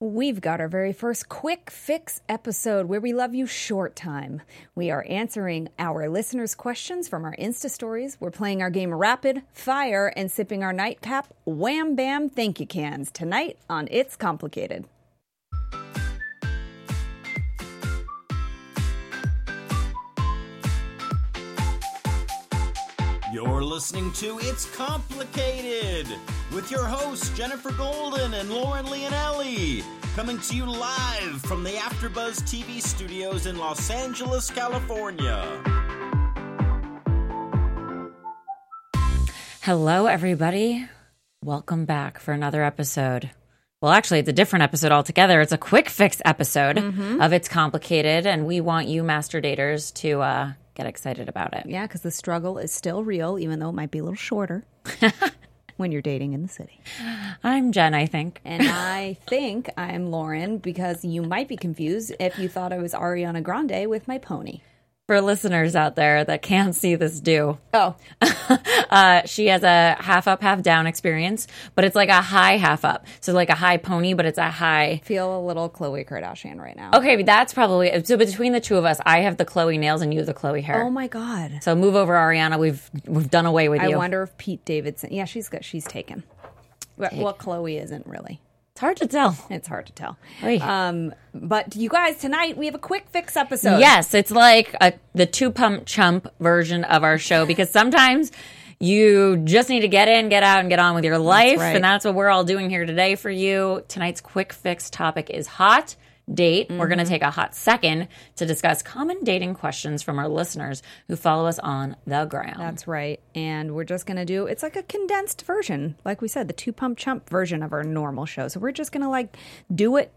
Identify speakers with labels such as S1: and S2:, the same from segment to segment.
S1: We've got our very first quick fix episode where we love you short time. We are answering our listeners' questions from our Insta stories. We're playing our game Rapid Fire and sipping our nightcap Wham Bam Thank You Cans tonight on It's Complicated.
S2: You're listening to It's Complicated with your hosts Jennifer Golden and Lauren Leonelli, coming to you live from the AfterBuzz TV studios in Los Angeles, California.
S3: Hello, everybody. Welcome back for another episode. Well, actually, it's a different episode altogether. It's a quick fix episode of It's Complicated, and we want you, master daters, to uh, get excited about it.
S1: Yeah, because the struggle is still real, even though it might be a little shorter when you're dating in the city.
S3: I'm Jen, I think.
S1: And I think I'm Lauren because you might be confused if you thought I was Ariana Grande with my pony.
S3: For listeners out there that can't see this do,
S1: Oh,
S3: uh, she has a half up, half down experience, but it's like a high half up. So, like a high pony, but it's a high
S1: feel a little Khloe Kardashian right now.
S3: Okay, but that's probably so. Between the two of us, I have the Chloe nails and you have the Chloe hair.
S1: Oh my God.
S3: so move over, Ariana. We've we've done away with
S1: I
S3: you.
S1: wonder if Pete Davidson. Yeah, she's got she's taken. Well, well, Chloe isn't really.
S3: It's hard to tell.
S1: It's hard to tell.
S3: Oy.
S1: Um, but you guys, tonight we have a quick fix episode.
S3: yes, it's like a, the two pump chump version of our show because sometimes you just need to get in, get out, and get on with your life,
S1: right.
S3: and that's what we're all doing here today for you. Tonight's quick fix topic is hot date. We're going to take a hot second to discuss common dating questions from our listeners who follow us on the ground.
S1: That's right. And we're just going to do it's like a condensed version. Like we said, the two pump chump version of our normal show. So we're just going to like do it,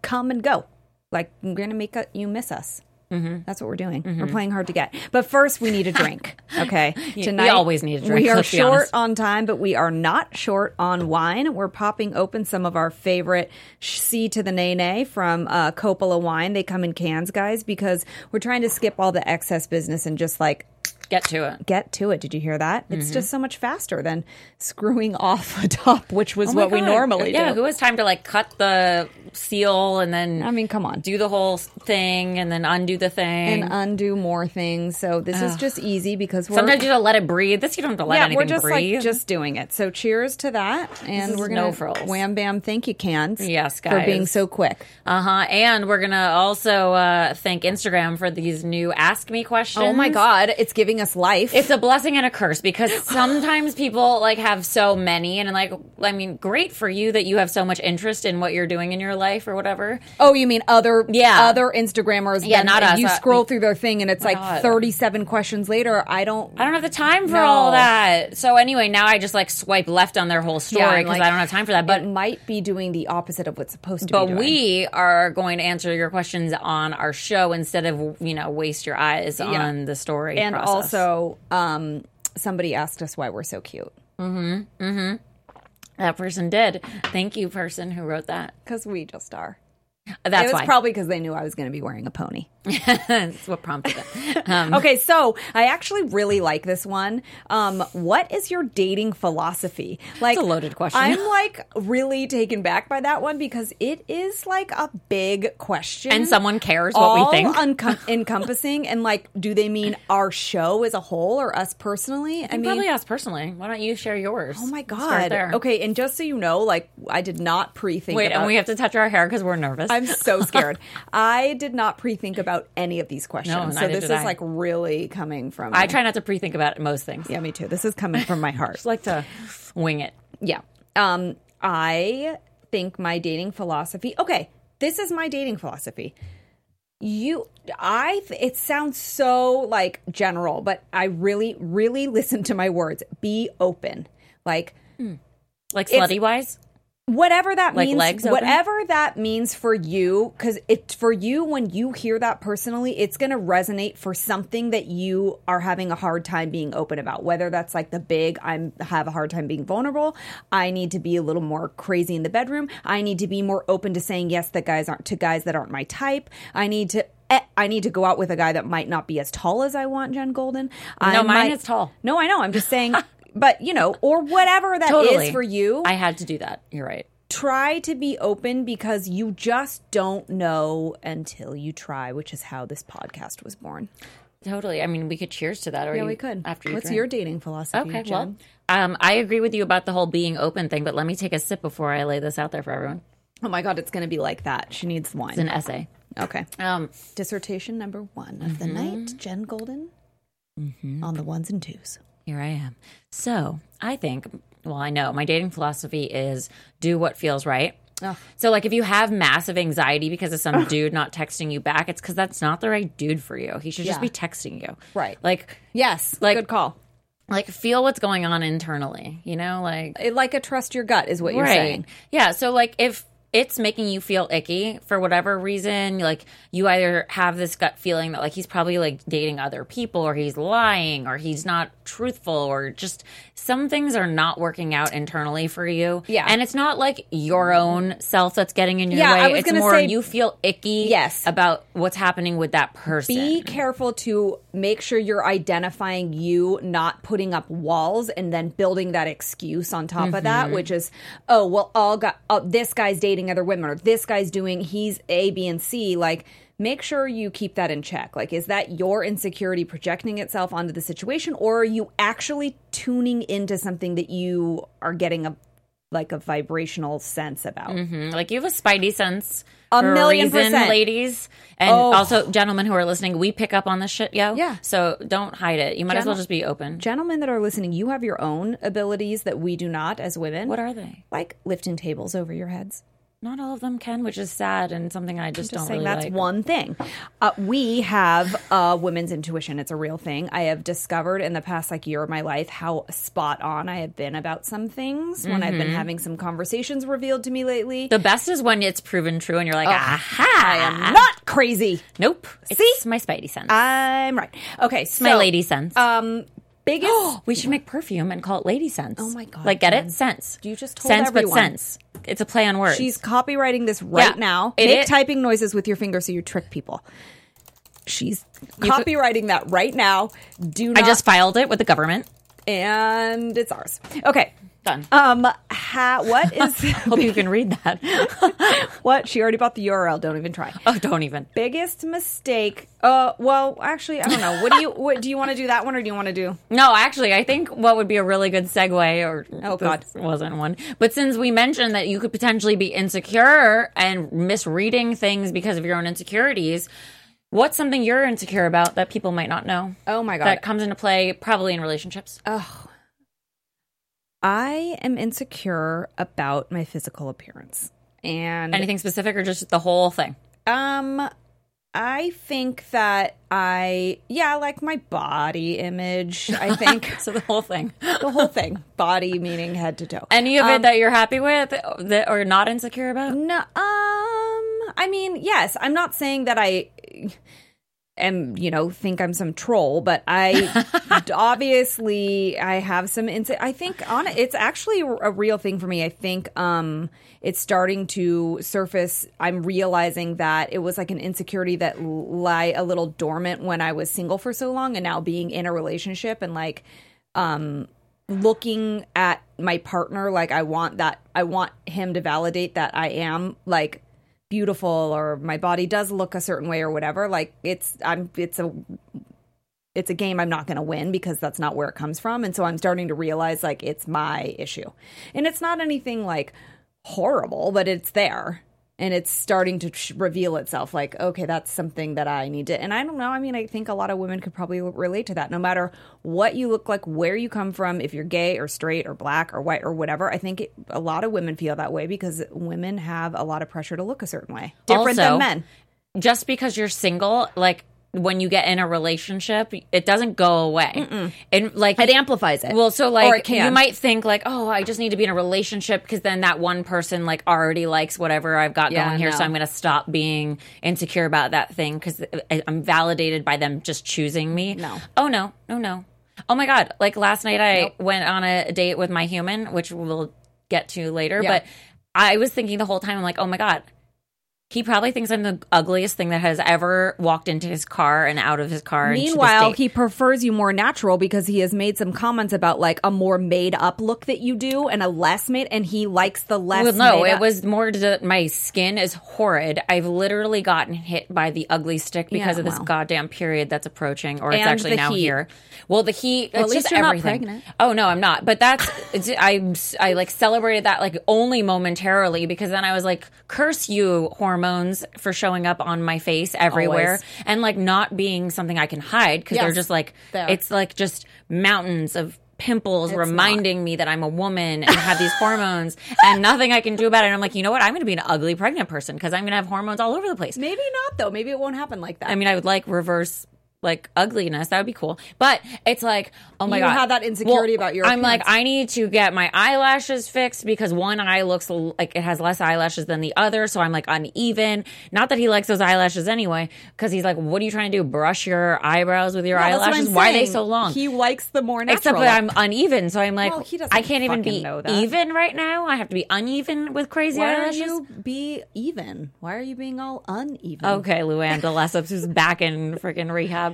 S1: come and go. Like we're going to make a, you miss us.
S3: Mm-hmm.
S1: That's what we're doing. We're playing hard to get. But first, we need a drink. Okay. Tonight,
S3: always need a drink,
S1: We are
S3: let's be
S1: short
S3: honest.
S1: on time, but we are not short on wine. We're popping open some of our favorite C to the Nay Nay from uh, Coppola Wine. They come in cans, guys, because we're trying to skip all the excess business and just like
S3: Get to it.
S1: get to it. Did you hear that? It's just
S3: Mm-hmm.
S1: so much faster than screwing off a top, which was
S3: Oh my
S1: what we
S3: God.
S1: normally
S3: yeah,
S1: do.
S3: who has time to like cut the seal and then
S1: I mean, come on.
S3: do the whole thing and then undo the thing?
S1: and undo more things. So this is just easy because we're
S3: Sometimes you don't let it breathe. This you don't have to let
S1: yeah,
S3: anything
S1: we're just
S3: breathe.
S1: like just doing it. So cheers to that, and
S3: is
S1: we're gonna
S3: no frills.
S1: wham bam. Thank you, cans.
S3: Yes,
S1: for being
S3: guys.
S1: so quick.
S3: uh huh. And we're gonna also uh, thank Instagram for these new ask me questions.
S1: Oh my god, it's giving us life.
S3: It's a blessing and a curse because sometimes people like have so many and like I mean, great for you that you have so much interest in what you're doing in your life or whatever.
S1: oh, you mean other
S3: Yeah.
S1: other Instagrammers?
S3: Yeah,
S1: than-
S3: not
S1: and You
S3: us. Uh,
S1: scroll through their thing, and it's like
S3: God.
S1: thirty seven questions later. I don't.
S3: I don't have the time for
S1: No.
S3: all that. So anyway, now I just like swipe left on their whole story
S1: Yeah,
S3: because
S1: and, like,
S3: I don't have time for that. But
S1: it might be doing the opposite of what's supposed to be.
S3: but
S1: doing.
S3: we are going to answer your questions on our show instead of you know waste your eyes on the story
S1: and
S3: process.
S1: also um, somebody asked us why we're so cute
S3: that person did. Thank you, person who wrote that.
S1: because we just are.
S3: That's
S1: it was
S3: why.
S1: probably because they knew I was going to be wearing a pony.
S3: That's what prompted it.
S1: okay, so I actually really like this one. Um, what is your dating philosophy? Like
S3: a loaded question.
S1: I'm like really taken back by that one because it is like a big question,
S3: And someone cares what we
S1: all
S3: think.
S1: uncom- encompassing, and like, do they mean our show as a whole or us personally? I mean,
S3: Probably us personally. Why don't you share yours?
S1: Oh my
S3: Start
S1: god!
S3: there.
S1: Okay, and just so you know, like I did not pre-think.
S3: Wait,
S1: about,
S3: and we have to touch our hair because we're nervous.
S1: I'm so scared. I did not pre-think about any of these questions.
S3: No,
S1: so
S3: neither
S1: this is
S3: did I.
S1: like really coming from.
S3: I try not to pre-think about most things.
S1: Yeah, me too. This is coming from my heart.
S3: Just like to wing it.
S1: yeah. Um, I think my dating philosophy. Okay, this is my dating philosophy. You, I. It sounds so like general, but I really, really listen to my words. Be open. Like
S3: Like slutty wise.
S1: whatever that
S3: Like
S1: means
S3: legs open?
S1: whatever that means for you because it for you when you hear that personally it's going to resonate for something that you are having a hard time being open about whether that's like the big i'm have a hard time being vulnerable i need to be a little more crazy in the bedroom i need to be more open to saying yes that guys aren't to guys that aren't my type i need to eh, I need to go out with a guy that might not be as tall as I want, Jen Golden. I
S3: No, mine
S1: might-
S3: is tall.
S1: No, I know. I'm just saying, but you know, or whatever that is
S3: Totally.
S1: for you.
S3: I had to do that. You're right.
S1: try to be open because you just don't know until you try, which is how this podcast was born.
S3: Totally. I mean, we could cheers to that, or
S1: Yeah,
S3: you,
S1: we could.
S3: After you
S1: What's
S3: drink.
S1: your dating philosophy?
S3: okay?
S1: Jen?
S3: Well, um, I agree with you about the whole being open thing, but let me take a sip before I lay this out there for everyone.
S1: oh my god, it's going to be like that. She needs wine.
S3: It's an essay.
S1: okay.
S3: Um,
S1: Dissertation number one of the night, Jen Golden, on the ones and twos.
S3: Here I am. So I think, well, I know my dating philosophy is do what feels right. So, like, if you have massive anxiety because of some dude not texting you back, it's because that's not the right dude for you. He should just
S1: Yeah.
S3: be texting you.
S1: Right.
S3: Like,
S1: Yes,
S3: Like-
S1: good call.
S3: like feel what's going on internally. You know, like
S1: It- like a trust your gut is what you're
S3: Right.
S1: saying.
S3: Yeah. So like if it's making you feel icky for whatever reason, like you either have this gut feeling that like he's probably like dating other people or he's lying or he's not truthful or just some things are not working out internally for you.
S1: Yeah.
S3: And it's not like your own self that's getting in your
S1: Yeah,
S3: way.
S1: I was
S3: it's
S1: gonna
S3: more
S1: say-
S3: you feel icky
S1: Yes.
S3: about what's happening with that person.
S1: Be careful to make sure you're identifying you, not putting up walls and then building that excuse on top of that, which is, oh, well, all got oh, this guy's dating other women or this guy's doing he's A, B, and C. Like, make sure you keep that in check. Like, is that your insecurity projecting itself onto the situation, or are you actually tuning into something that you are getting a like a vibrational sense about?
S3: Like you have a spidey sense.
S1: A
S3: for
S1: million
S3: reason,
S1: percent.
S3: ladies, and
S1: Oh.
S3: also gentlemen who are listening. We pick up on this shit, yo.
S1: Yeah.
S3: So don't hide it. You might as well just be open.
S1: Gentlemen that are listening, you have your own abilities that we do not as women.
S3: what are they?
S1: like lifting tables over your heads.
S3: Not all of them can, which is sad and something I
S1: Just
S3: just, don't
S1: saying
S3: really
S1: that's
S3: like.
S1: one thing. Uh, we have uh, women's intuition. It's a real thing. I have discovered in the past like year of my life how spot on I have been about some things when I've been having some conversations revealed to me lately.
S3: Mm-hmm. The Ah. best is when it's proven true, and you're like, aha,
S1: I am not crazy.
S3: nope. See, my spidey sense,
S1: I'm right. Okay, so
S3: my lady sense.
S1: Um, biggest.
S3: we should make perfume and call it lady sense. Oh
S1: my God,
S3: Like, get
S1: Jen.
S3: it? Sense.
S1: You just told
S3: sense,
S1: everyone.
S3: but sense. It's a play on words.
S1: She's copywriting this right
S3: Yeah.
S1: now.
S3: It
S1: Make
S3: is-
S1: typing noises with your finger so you trick people. She's copywriting that right now. Do
S3: I
S1: not
S3: just filed it with the government.
S1: and it's ours. Okay.
S3: Done.
S1: Um, ha, what is
S3: Hope you can read that.
S1: what? She already bought the URL. Don't even try.
S3: oh, don't even.
S1: Biggest mistake. Uh, well, actually, I don't know. What do you? What do you want to do that one, or do you want to do?
S3: No, actually, I think what would be a really good segue, or
S1: Oh, God.
S3: this wasn't one. But since we mentioned that you could potentially be insecure and misreading things because of your own insecurities, what's something you're insecure about that people might not know?
S1: Oh my god,
S3: that comes into play probably in relationships.
S1: I am insecure about my physical appearance, and
S3: Anything specific, or just the whole thing?
S1: Um, I think that I yeah, like my body image. I think
S3: So the whole thing,
S1: the whole thing, Um, body meaning head to toe.
S3: any of it that you're happy with, that or not insecure about.
S1: No, um, I mean, yes, I'm not saying that I am, you know, think I'm some troll, but I obviously I have some insight. I think on it's actually a real thing for me. I think um it's starting to surface. I'm realizing that it was like an insecurity that lie a little dormant when I was single for so long and now being in a relationship and like looking at my partner like I want that I want him to validate that I am like beautiful or my body does look a certain way or whatever like it's I'm it's a it's a game I'm not going to win because that's not where it comes from and so I'm starting to realize like it's my issue. And it's not anything like horrible but it's there and it's starting to sh- reveal itself like okay that's something that i need to and i don't know i mean i think a lot of women could probably relate to that no matter what you look like where you come from if you're gay or straight or black or white or whatever i think it, a lot of women feel that way because women have a lot of pressure to look a certain way different
S3: Also-
S1: than men
S3: just because you're single, like when you get in a relationship, it doesn't go away. And like
S1: It amplifies it.
S3: Well, so
S1: Or
S3: like
S1: it can.
S3: you might think like, oh, I just need to be in a relationship because then that one person like already likes whatever I've got
S1: Yeah,
S3: going here, so
S1: no.
S3: I'm going to stop being insecure about that thing because I'm validated by them just choosing me.
S1: No.
S3: Oh no, no, no. Oh my god! Like last night, I went on a date with my human, which we'll get to later,
S1: Yeah.
S3: but. I was thinking the whole time, I'm like, oh my God, He probably thinks I'm the ugliest thing that has ever walked into his car and out of his car. and should have
S1: Meanwhile,
S3: stayed-
S1: he prefers you more natural because he has made some comments about like a more made up look that you do and a less made, and he likes the less.
S3: Well, no,
S1: made
S3: it
S1: up.
S3: was more that my skin is horrid. I've literally gotten hit by the ugly stick because
S1: Yeah,
S3: of this
S1: well.
S3: goddamn period that's approaching, or it's
S1: And
S3: actually
S1: the
S3: now
S1: heat.
S3: here. Well, the heat.
S1: Well,
S3: it's
S1: at least
S3: just
S1: you're not
S3: everything.
S1: pregnant.
S3: Oh no, I'm not. But that's it's, I. I like celebrated that like only momentarily because then I was like, curse you hormones for showing up on my face everywhere
S1: Always.
S3: and like not being something I can hide because they're
S1: Yes,
S3: just like
S1: they are.
S3: it's like just mountains of pimples reminding me that I'm a woman and have these hormones and nothing I can do about it. And I'm like, you know what? I'm going to be an ugly pregnant person because I'm going to have hormones all over the place.
S1: maybe not though. Maybe it won't happen like that.
S3: I mean, I would like reverse like ugliness. That would be cool. But it's like, oh my
S1: You
S3: god,
S1: have that insecurity about your
S3: I'm like,
S1: appearance.
S3: I need to get my eyelashes fixed because one eye looks l- like it has less eyelashes than the other, so I'm like uneven. Not that he likes those eyelashes anyway, because he's like, what are you trying to do? Brush your eyebrows with your
S1: Yeah, that's what
S3: eyelashes?
S1: I'm
S3: Why are they
S1: saying.
S3: so long?
S1: He likes the more natural.
S3: Except that I'm uneven, so I'm like,
S1: Well, he doesn't
S3: I can't even
S1: fucking
S3: be
S1: know that.
S3: even right now. I have to be uneven with crazy
S1: Why don't
S3: eyelashes.
S1: you be even? Why are you being all uneven?
S3: Okay, Luann DeLesseps, who's back in freaking rehab.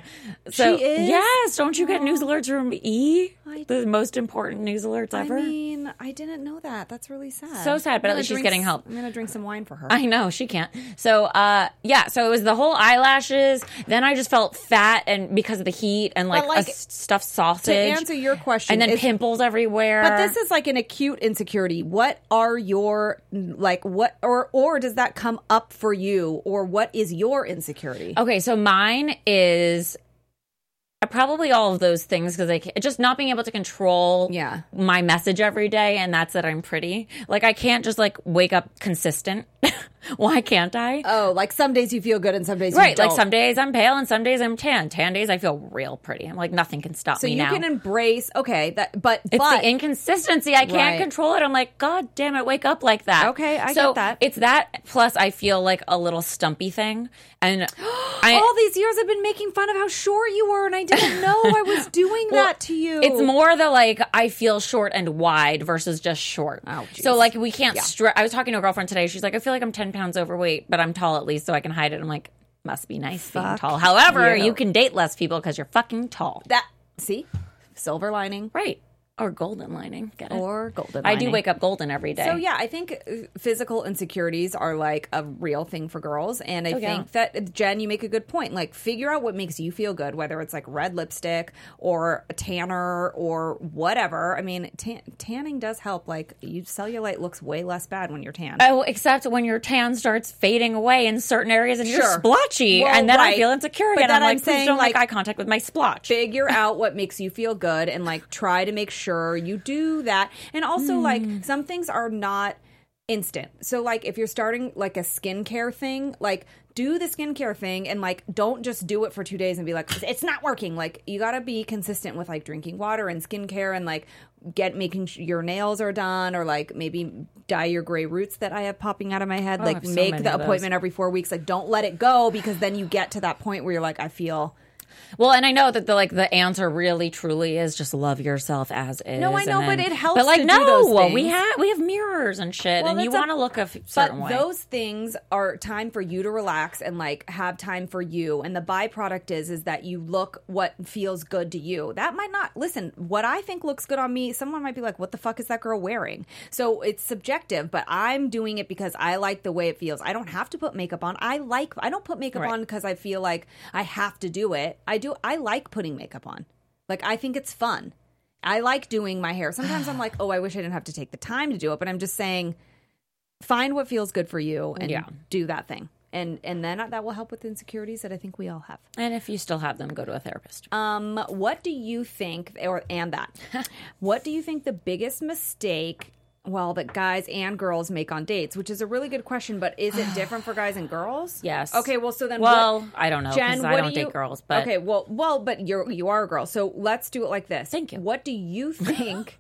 S3: So,
S1: She is?
S3: Yes, don't you get news alerts from E?
S1: I-
S3: The most important news alerts
S1: I
S3: ever. I,
S1: mean, I didn't know that. That's really sad.
S3: So sad, but
S1: I'm
S3: at
S1: gonna
S3: least she's
S1: drink
S3: getting
S1: s-
S3: help.
S1: I'm gonna drink some wine for her.
S3: know she can't. So, uh, yeah. So it was the whole eyelashes. Then I just felt fat, and because of the heat, and like,
S1: like,
S3: a s- stuffed sausage.
S1: to answer your question,
S3: and then
S1: is-
S3: pimples everywhere.
S1: But this is like an acute insecurity. What are your like what or or does that come up for you or what is your insecurity?
S3: Okay, so mine is uh, probably all of those things because I can't, just not being able to control
S1: Yeah.
S3: my message every day, and that's that I'm pretty. Like I can't just like wake up consistent. Why can't I?
S1: Oh, like some days you feel good and some days you
S3: right,
S1: don't.
S3: like some days I'm pale and some days I'm tan. Tan days I feel real pretty. I'm like nothing can stop
S1: so
S3: me
S1: you
S3: now.
S1: can embrace okay that but
S3: it's
S1: but
S3: the inconsistency. I can't
S1: Right.
S3: control it. I'm like, God damn it, wake up like that.
S1: Okay, I
S3: so
S1: get that.
S3: It's that plus I feel like a little stumpy thing, and I,
S1: all these years I've been making fun of how short you were and I didn't know I was doing that to you.
S3: It's more the like I feel short and wide versus just short.
S1: Oh, geez.
S3: so like we can't. Stre- I was talking to a girlfriend today. She's like, I feel like I'm ten pounds overweight, but I'm tall at least, so I can hide it. I'm like, must be nice being
S1: Fuck
S3: tall. However,
S1: you.
S3: you. can date less people because you're fucking tall.
S1: that see? Silver lining
S3: right or golden lining. Get it?
S1: or golden
S3: I
S1: lining.
S3: do wake up golden every day.
S1: So yeah, I think uh, physical insecurities are like a real thing for girls, and I
S3: yeah.
S1: think that uh, Jen, you make a good point. Like, figure out what makes you feel good, whether it's like red lipstick or a tanner or whatever. I mean, tan- tanning does help. Like, you cellulite looks way less bad when you're tan.
S3: Oh, except when your tan starts fading away in certain areas and you're
S1: Sure.
S3: splotchy,
S1: Well,
S3: and then I
S1: right.
S3: feel insecure
S1: But
S3: again.
S1: then
S3: I'm like,
S1: I'm
S3: please
S1: saying,
S3: don't make
S1: like-
S3: eye contact with my splotch.
S1: figure out what makes you feel good and like try to make sure you do that and also like
S3: Mm.
S1: some things are not instant so like if you're starting like a skincare thing like do the skincare thing and like don't just do it for two days and be like it's not working like you gotta be consistent with like drinking water and skincare and like get making sure your nails are done or like maybe dye your gray roots that i have popping out of my head like
S3: Oh, have so
S1: make
S3: many
S1: the
S3: of those.
S1: appointment every four weeks like don't let it go because then you get to that point where you're like i feel
S3: Well, and I know that the like the answer really truly is just love yourself as is.
S1: No, I
S3: and
S1: know, but it helps
S3: But like,
S1: to do
S3: no,
S1: those things.
S3: we have we have mirrors and shit,
S1: Well,
S3: and you
S1: that's a-
S3: want to look a f- certain
S1: but
S3: way.
S1: those things are time for you to relax and like have time for you and the byproduct is is that you look what feels good to you that might not listen what i think looks good on me someone might be like what the fuck is that girl wearing so it's subjective but i'm doing it because i like the way it feels i don't have to put makeup on i like i don't put makeup
S3: Right.
S1: on because i feel like i have to do it i do i like putting makeup on like i think it's fun I like doing my hair. Sometimes I'm like, oh, I wish I didn't have to take the time to do it, but I'm just saying find what feels good for you and
S3: Yeah.
S1: do that thing. And and then that will help with insecurities that I think we all have.
S3: and if you still have them, go to a therapist.
S1: Um, what do you think or and that? what do you think the biggest mistake well that guys and girls make on dates, which is a really good question, but is it different for guys and girls?
S3: Yes.
S1: Okay, well so then
S3: well,
S1: what,
S3: I don't know
S1: Jen,
S3: because
S1: what
S3: I
S1: do
S3: don't
S1: you-
S3: date girls. But
S1: okay, well, well, but you're you are a girl, so let's do it like this.
S3: Thank you.
S1: What do you think?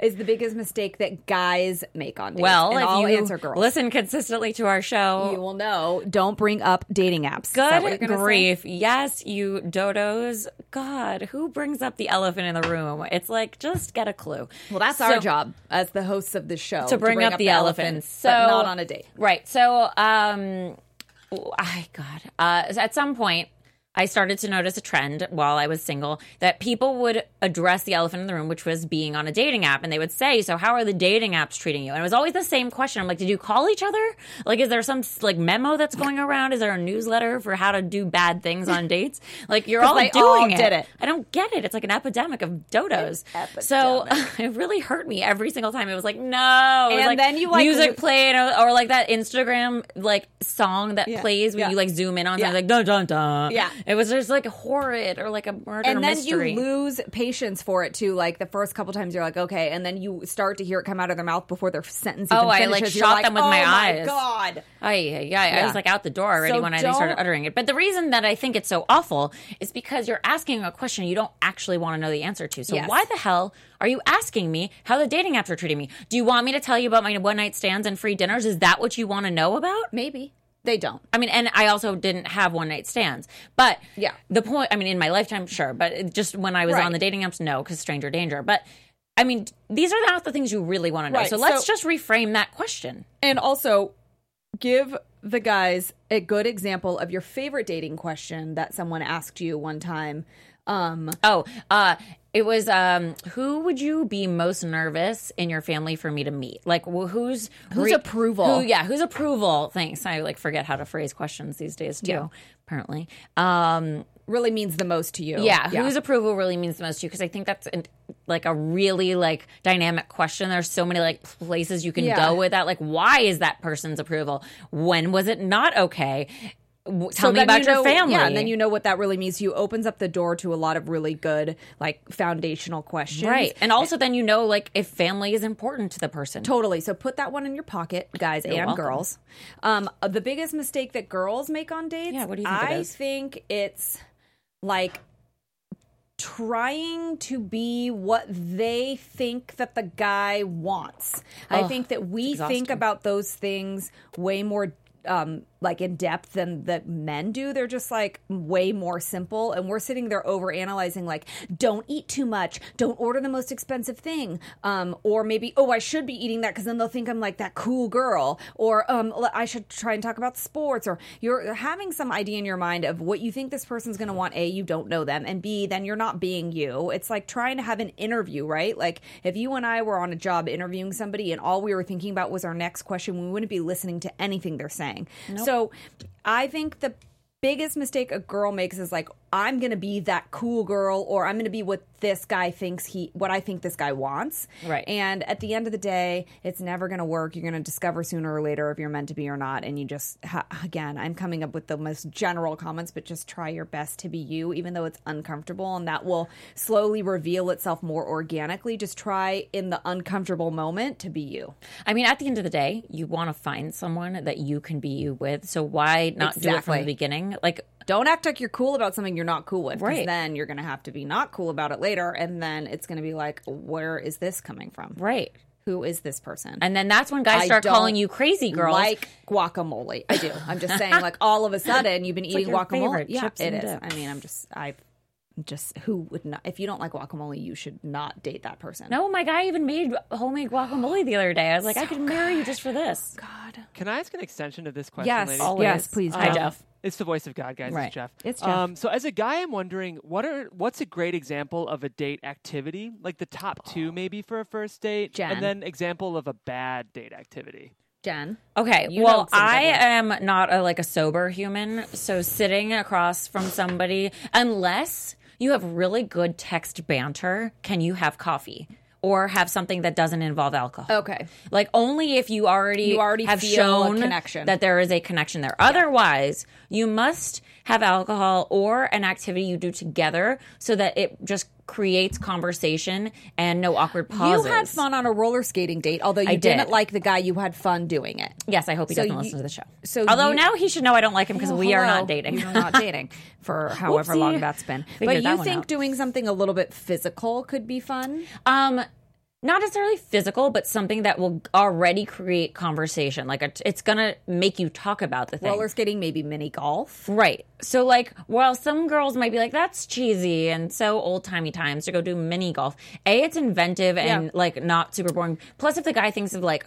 S1: is the biggest mistake that guys make on dates.
S3: Well,
S1: and
S3: if
S1: I'll
S3: you
S1: answer girls.
S3: listen consistently to our show,
S1: you will know. Don't bring up dating apps. Is that what
S3: Good
S1: you're gonna say?
S3: grief. Yes, you dodos. God, who brings up the elephant in the room? It's like, just get a clue.
S1: Well, that's
S3: So-
S1: our job as the hosts of this show
S3: To bring, up, the, elephant. So,
S1: but not on a date.
S3: Right. So, um, oh, I, God. Uh, so at some point, I started to notice a trend while I was single that people would address the elephant in the room, which was being on a dating app. And they would say, So, how are the dating apps treating you? And it was always the same question. I'm like, Did you call each other? Like, is there some like memo that's going around? Is there a newsletter for how to do bad things on dates? Like, you're all
S1: they
S3: doing
S1: all
S3: it.
S1: did it.
S3: I don't get it. It's like an epidemic of dodos. So it really hurt me every single time. It was like, no. It was
S1: And then you, like,
S3: music
S1: lo-
S3: played or, or like that Instagram like song that
S1: Yeah.
S3: plays when
S1: Yeah.
S3: you like zoom in on something
S1: Yeah.
S3: like dun dun dun.
S1: Yeah.
S3: It was just like horrid or like a murder
S1: and then
S3: mystery.
S1: you lose patience for it too. Like the first couple times, you're like, okay, and then you start to hear it come out of their mouth before their sentence.
S3: Oh,
S1: even
S3: I,
S1: finishes.
S3: like,
S1: You're
S3: shot them with
S1: oh
S3: my
S1: My
S3: eyes.
S1: God,
S3: Oh, yeah, yeah. I was like out the door already
S1: So
S3: when I they started
S1: don't-
S3: uttering it. But the reason that I think it's so awful is because you're asking a question you don't actually want to know the answer to. So
S1: Yes.
S3: why the hell are you asking me how the dating apps are treating me? Do you want me to tell you about my one night stands and free dinners? Is that what you want to know about?
S1: maybe they don't.
S3: I mean, and I also didn't have one night stands. But
S1: Yeah.
S3: the point. I mean, in my lifetime, sure, but it- just when I was
S1: Right.
S3: on the dating apps, no, because stranger danger. But I mean, these are not the things you really want to know.
S1: Right,
S3: So let's
S1: so-
S3: just reframe that question.
S1: And also, give the guys a good example of your favorite dating question that someone asked you one time. Um,
S3: Oh, uh, it was um, who would you be most nervous in your family for me to meet? Like wh- whose
S1: Whose approval?
S3: Who, yeah, whose approval? Thanks. I like forget how to phrase questions these days too.
S1: Yeah.
S3: Apparently, um,
S1: really means the most to you.
S3: Yeah, whose approval really means the most to you? Because I think that's an, like a really like dynamic question. There's so many like places you can
S1: Yeah.
S3: go with that. Like, why is that person's approval? When was it not okay? W-
S1: So
S3: Tell me
S1: then
S3: about
S1: you
S3: your
S1: know-
S3: family.
S1: Yeah, and then you know what that really means. You opens up the door to a lot of really good, like foundational questions.
S3: right, and also then you know like if family is important to the person.
S1: Totally. So put that one in your pocket, guys and
S3: welcome.
S1: girls. Um, the biggest mistake that girls make on dates.
S3: Yeah, what do you think it
S1: I
S3: is?
S1: think it's like trying to be what they think that the guy wants. I think that we think about those things way more um like in depth than the men do. They're just like way more simple and we're sitting there over analyzing like don't eat too much, don't order the most expensive thing. Um or maybe oh I should be eating that cuz then they'll think I'm like that cool girl or um l- I should try and talk about sports or you're having some idea in your mind of what you think this person's going to want a you don't know them and b then you're not being you it's like trying to have an interview right like if you and i were on a job interviewing somebody and all we were thinking about was our next question we wouldn't be listening to anything they're saying so i think the biggest mistake a girl makes is like i'm gonna be that cool girl or i'm gonna be what this guy thinks he what i think this guy wants
S3: Right.
S1: and at the end of the day it's never gonna work you're gonna discover sooner or later if you're meant to be or not and you just ha- again i'm coming up with the most general comments but just try your best to be you even though it's uncomfortable and that will slowly reveal itself more organically just try in the uncomfortable moment to be you
S3: I mean, at the end of the day, you want to find someone that you can be you with. So why not do it from
S1: Exactly.
S3: the beginning? Like,
S1: don't act like you're cool about something you're not cool with. 'cause
S3: Right.
S1: Then you're going to have to be not cool about it later. And then it's going to be like, where is this coming from?
S3: right.
S1: Who is this person?
S3: And then that's when guys
S1: I
S3: start calling
S1: don't
S3: you crazy girls.
S1: like guacamole. I do. I'm just saying, like, all of a sudden you've been eating
S3: your
S1: guacamole.
S3: favorite,
S1: Yeah,
S3: chips
S1: it
S3: and
S1: is.
S3: dip.
S1: I mean, I'm just, I just, who would not, if you don't like guacamole, you should not date that person.
S3: no, Oh, my guy even made homemade guacamole the other day. I was like, I could marry you just for this.
S1: God.
S4: Can I ask an extension of this question?
S1: Yes.
S4: ladies?
S3: Always.
S1: Yes, please.
S3: Hi,
S1: do.
S3: Jeff.
S4: It's the voice of God, guys.
S3: Right.
S4: It's Jeff.
S1: It's Jeff.
S4: Um, so, as a guy, I'm wondering what are what's a great example of a date activity, like the top two maybe for a first date,
S1: Oh. Jen.
S4: and then example of a bad date activity.
S1: Jen.
S3: Okay,
S1: You know
S3: well,
S1: it's a good
S3: I
S1: one.
S3: am not a, like a sober human, so sitting across from somebody, unless you have really good text banter, can you have coffee or have something that doesn't involve alcohol?
S1: Okay.
S3: like only if you already
S1: You already
S3: have
S1: feel a
S3: shown
S1: connection.
S3: that there is a connection there. Otherwise, you must have alcohol or an activity you do together so that it just creates conversation and no awkward pauses.
S1: You had fun on a roller skating date, although you
S3: I did.
S1: didn't like the guy, you had fun doing it.
S3: Yes, I hope he
S1: So
S3: doesn't
S1: you-
S3: listen to the show.
S1: so
S3: although
S1: you-
S3: now he should know I don't like him because
S1: Oh,
S3: we are
S1: hello.
S3: not dating.
S1: We are not dating for however
S3: Whoopsie.
S1: long that's been.
S3: Figured
S1: But
S3: that
S1: you
S3: one
S1: think
S3: out.
S1: doing something a little bit physical could be fun?
S3: um, not necessarily physical, but something that will already create conversation. Like it- it's gonna make you talk about the thing.
S1: roller skating, maybe mini golf.
S3: Right. So, like, while some girls might be like, that's cheesy and so old timey times to go do mini golf, A, it's inventive and
S1: Yeah.
S3: like not super boring. Plus, if the guy thinks of like,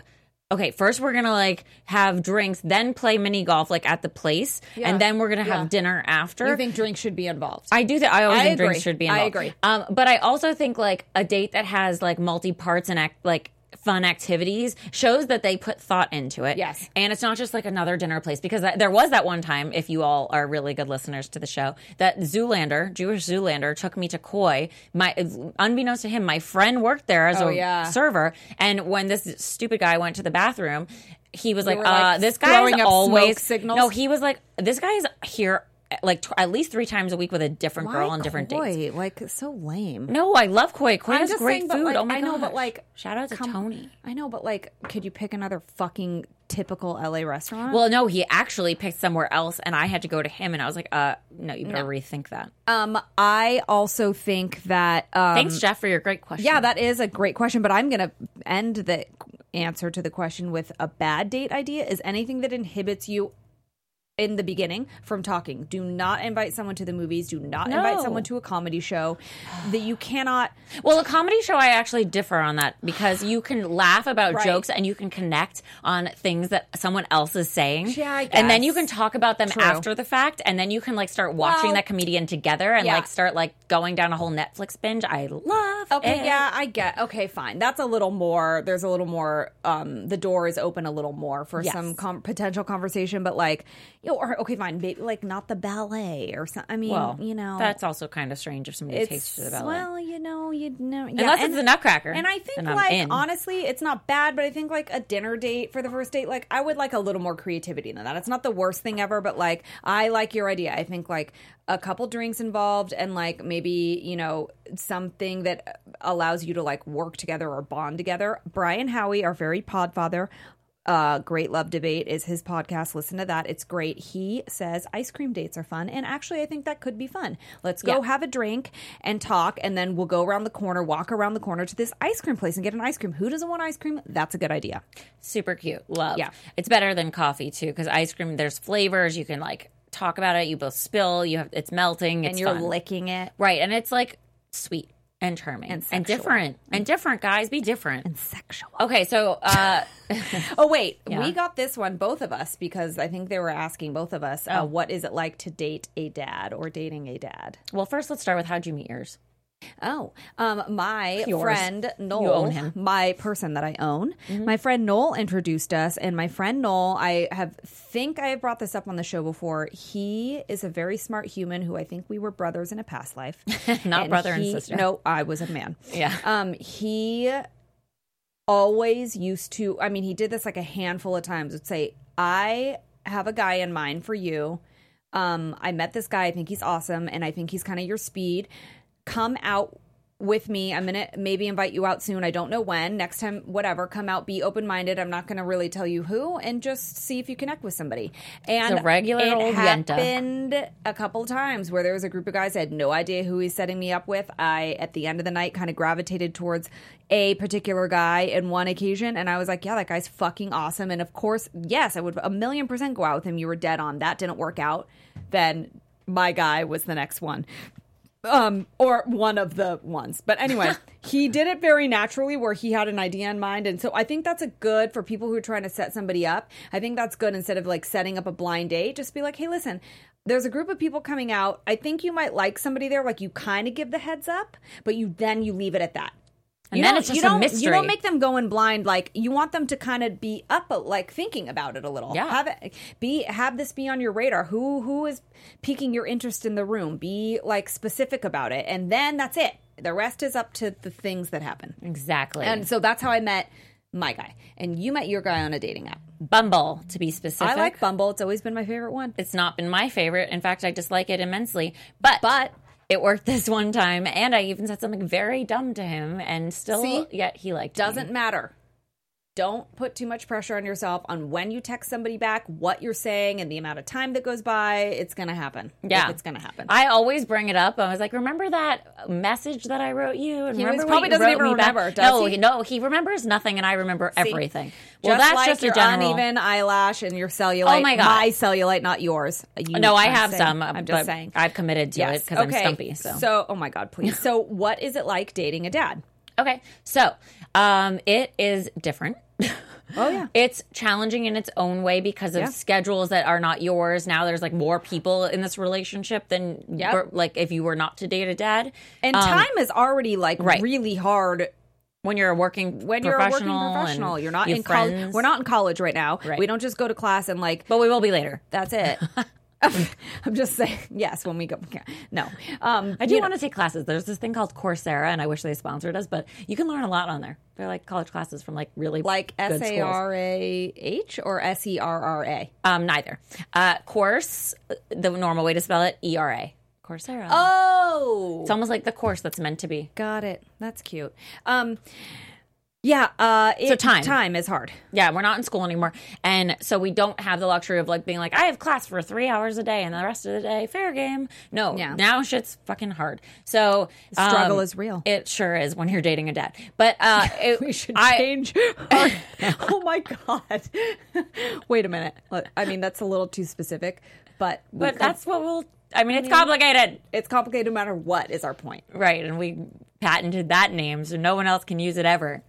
S3: okay, first we're going to like have drinks, then play mini golf like at the place,
S1: Yeah.
S3: and then we're going to have
S1: Yeah.
S3: dinner after.
S1: You think drinks should be involved?
S3: I do think I always
S1: I
S3: think drinks
S1: agree.
S3: should be
S1: I
S3: involved.
S1: agree.
S3: Um, but I also think like a date that has like multi parts and act like fun activities shows that they put thought into it.
S1: Yes.
S3: and it's not just like another dinner place because that, there was that one time, if you all are really good listeners to the show, that Zoolander, Jewish Zoolander, took me to Koi. My unbeknownst to him, my friend worked there as
S1: Oh,
S3: a
S1: yeah.
S3: server, and when this stupid guy went to the bathroom. He was like,
S1: were,
S3: uh,
S1: like,
S3: this guy
S1: throwing
S3: is
S1: up smoke
S3: always
S1: signals?
S3: No, he was like, this guy is here like tw- at least three times a week with a different girl on different dates.
S1: Koi? Like so lame.
S3: No, I love koi. Koi
S1: I'm
S3: has
S1: just
S3: great
S1: saying, but,
S3: food.
S1: like,
S3: oh my
S1: I know, but,
S3: gosh.
S1: like,
S3: shout out to
S1: Come-
S3: Tony.
S1: I know, but like, could you pick another fucking typical LA restaurant?
S3: Well, no, he actually picked somewhere else, and I had to go to him, and I was like, uh, no, you better rethink that.
S1: um, I also think that um,
S3: Thanks, Jeff, for your great question.
S1: Yeah, that is a great question, but I'm going to end the answer to the question with a bad date idea is anything that inhibits you in the beginning from talking. Do not invite someone to the movies, do not invite
S3: No.
S1: someone to a comedy show that you cannot
S3: Well, a comedy show, I actually differ on that because you can laugh about
S1: Right.
S3: jokes and you can connect on things that someone else is saying.
S1: Yeah, I
S3: And then
S1: guess.
S3: you can talk about them after the fact, and then you can like start watching
S1: Well,
S3: that comedian together and
S1: yeah.
S3: like start like going down a whole Netflix binge. I love.
S1: Okay,
S3: it.
S1: yeah, I get. Okay, fine. That's a little more. There's a little more. Um, the door is open a little more for
S3: Yes.
S1: some com- potential conversation, but like, you know, or okay, fine, maybe like not the ballet or something. I mean,
S3: Well,
S1: you know,
S3: that's also kind of strange if somebody takes you to the ballet.
S1: well, you know, you'd know yeah,
S3: Unless it's the Nutcracker,
S1: And I think
S3: then I'm
S1: like
S3: in.
S1: honestly, it's not bad, but I think like a dinner date for the first date, like I would like a little more creativity than that. It's not the worst thing ever, but like I like your idea. I think like a couple drinks involved and like maybe, you know, something that allows you to like work together or bond together. Brian Howie, our very podfather, uh, Great Love Debate is his podcast. Listen to that. It's great. He says ice cream dates are fun. And actually, I think that could be fun. Let's go have a drink and talk. And then we'll go around the corner, walk around the corner to this ice cream place and get an ice cream. Who doesn't want ice cream? That's a good idea.
S3: super cute. Love.
S1: Yeah.
S3: It's better than coffee too because ice cream there's flavors, you can like talk about it, you both spill, you have it's melting, it's
S1: and you're
S3: fun.
S1: licking it.
S3: right, and it's like sweet and charming and,
S1: sexual.
S3: different. And different guys be different.
S1: Sexual.
S3: okay, so uh
S1: Oh, wait.
S3: Yeah.
S1: We got this one, both of us, because I think they were asking both of us
S3: Oh.
S1: uh, what is it like to date a dad or dating a dad?
S3: well first let's start with how'd you meet yours?
S1: Oh, um, my
S3: Yours.
S1: friend Noel,
S3: own him. Mm-hmm.
S1: my person that I own, my friend Noel introduced us, and my friend Noel, I have think I have brought this up on the show before. He is a very smart human who I think we were brothers in a past life,
S3: Not brother and
S1: he-
S3: sister.
S1: No, I was a man.
S3: Yeah.
S1: Um, he always used to. I mean, he did this like a handful of times. Would say, "I have a guy in mind for you." um, I met this guy. I think he's awesome, and I think he's kind of your speed. Come out with me. I'm gonna maybe invite you out soon. I don't know when. Next time, whatever. Come out. Be open minded. I'm not gonna really tell you who, and just see if you connect with somebody. And
S3: a regular
S1: it
S3: old yenta.
S1: happened a couple times where there was a group of guys I had no idea who he's setting me up with. I at the end of the night kind of gravitated towards a particular guy in one occasion, and I was like, yeah, that guy's fucking awesome. And of course, yes, I would a million percent go out with him. You were dead on. That didn't work out. Then my guy was the next one um or one of the ones but anyway he did it very naturally where he had an idea in mind and so i think that's a good for people who are trying to set somebody up i think that's good instead of like setting up a blind date just be like hey listen there's a group of people coming out i think you might like somebody there like you kind of give the heads up but you then you leave it at that
S3: And
S1: you
S3: then
S1: don't-
S3: it's just
S1: you
S3: a
S1: don't, You
S3: mystery.
S1: don't make them go in blind. Like you want them to kind of be up, uh, like thinking about it a little.
S3: Yeah.
S1: Have it be have this be on your radar. Who who is piquing your interest in the room? Be like specific about it, and then that's it. The rest is up to the things that happen.
S3: exactly.
S1: And so that's how I met my guy, and you met your guy on a dating app.
S3: Bumble to be specific.
S1: I like Bumble. It's always been my favorite one.
S3: It's not been my favorite. In fact, I dislike it immensely. But but it worked this one time, and I even said something very dumb to him, and still,
S1: See?
S3: yet he liked me.
S1: Doesn't matter. don't put too much pressure on yourself on when you text somebody back, what you're saying, and the amount of time that goes by. It's going to happen. Like,
S3: Yeah.
S1: it's going to happen.
S3: I always bring it up. I was like, "Remember that message that I wrote you?" And
S1: He
S3: remember
S1: was- probably
S3: what you
S1: doesn't
S3: wrote
S1: even
S3: me back?"
S1: remember, does
S3: no,
S1: he?
S3: no, he remembers nothing, and I remember everything. Well,
S1: just
S3: that's
S1: like
S3: just a
S1: your
S3: general.
S1: uneven eyelash and your cellulite.
S3: Oh my God.
S1: cellulite, not yours. You-
S3: no, I
S1: I'm
S3: have
S1: saying-
S3: some.
S1: I'm just
S3: but
S1: saying.
S3: I've committed to it because I'm stumpy.
S1: oh my god, please. So, what is it like dating a dad?
S3: Okay. So, um, it is different.
S1: Oh yeah,
S3: It's challenging in its own way because of
S1: Yeah.
S3: schedules that are not yours. Now there's like more people in this relationship than
S1: Yep.
S3: were- like if you were not to date a dad.
S1: and
S3: Um,
S1: time is already like
S3: right.
S1: really hard
S3: when you're a working
S1: when you're a working
S3: professional
S1: professional.
S3: and
S1: You're not
S3: you have
S1: in college.
S3: friends.
S1: We're not in college right now.
S3: Right.
S1: We don't just go to class and like
S3: but we will be later.
S1: that's it. I'm just saying yes when we go. No, um,
S3: I do want to take classes. There's this thing called Coursera, and I wish they sponsored us, but you can learn a lot on there. They're like college classes from like really
S1: like
S3: good
S1: S
S3: schools.
S1: A R A H or S E R R A.
S3: Um, neither. Uh, course, the normal way to spell it, E R A. Coursera.
S1: Oh,
S3: It's almost like the course that's meant to be.
S1: got it. That's cute. Um, yeah. Uh, it,
S3: time.
S1: time is hard.
S3: Yeah, we're not in school anymore. And so we don't have the luxury of like being like, I have class for three hours a day and the rest of the day, fair game. No,
S1: Yeah.
S3: now shit's fucking hard. So um,
S1: The struggle is real.
S3: It sure is when you're dating a dad. But uh, it,
S1: We should
S3: I-
S1: change. our- oh my god! Wait a minute. Look, I mean, that's a little too specific, but we
S3: but
S1: could-
S3: that's what we'll, I mean, it's complicated.
S1: it's complicated no matter what is our point.
S3: Right. And we patented that name so no one else can use it ever.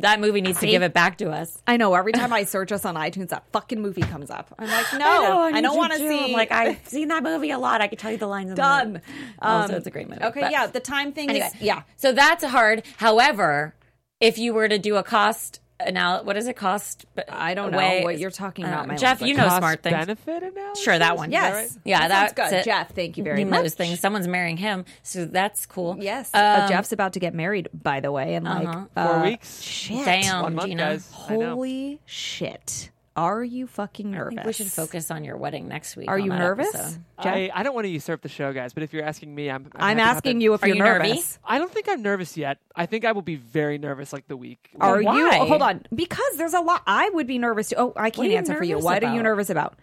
S3: That movie needs to give it back to us.
S1: I know. Every time I search us on iTunes, that fucking movie comes up. I'm like, no,
S3: Oh, I,
S1: I,
S3: know, need
S1: don't
S3: you
S1: want to
S3: too.
S1: see.
S3: I'm like, I've seen that movie a lot. I could tell you the lines. in the
S1: Done.
S3: movie. Also, it's a great movie.
S1: okay,
S3: but-
S1: yeah, the time thing.
S3: Anyway,
S1: is,
S3: yeah.
S1: yeah,
S3: Um, So that's hard. However, if you were to do a cost analysis, what is it cost?
S1: I don't know
S3: way-
S1: what you're talking
S3: I don't
S1: about,
S3: know.
S1: my
S3: Jeff,
S1: love.
S3: you know
S4: Cost
S3: smart things.
S4: benefit analysis.
S3: Sure, that one.
S4: Is that
S1: yes,
S4: right?
S3: Yeah,
S1: that
S3: that's
S1: sounds good,
S3: it.
S1: Jeff. Thank you very
S3: He
S1: much.
S3: knows things. Someone's marrying him, so that's cool.
S1: Yes,
S3: Um, Uh-huh.
S1: uh, Jeff's about to get married, by the way, in like
S4: Four
S1: uh,
S4: weeks.
S1: Shit,
S3: Damn,
S4: One month,
S3: Um, Gina.
S4: guys. I know.
S1: holy shit! Are you fucking
S3: I
S1: nervous?
S3: think we should focus on your wedding next week.
S1: Are
S3: on
S1: you
S3: that
S1: nervous?
S3: episode.
S1: Jeff?
S4: I, I don't want to usurp the show, guys, but if you're asking me, I'm.
S1: I'm
S4: I'm, happy about
S1: asking
S4: that.
S1: you if
S3: Are
S1: you're
S3: you nervy?
S1: nervous.
S4: I don't think I'm nervous yet. I think I will be very nervous like the week.
S1: Are you?
S3: Why?
S1: oh, hold on, because there's a lot. I would be nervous too. Oh, I
S3: are
S1: can't
S3: you
S1: answer for you.
S3: nervous
S1: What are you
S3: about?
S1: nervous about?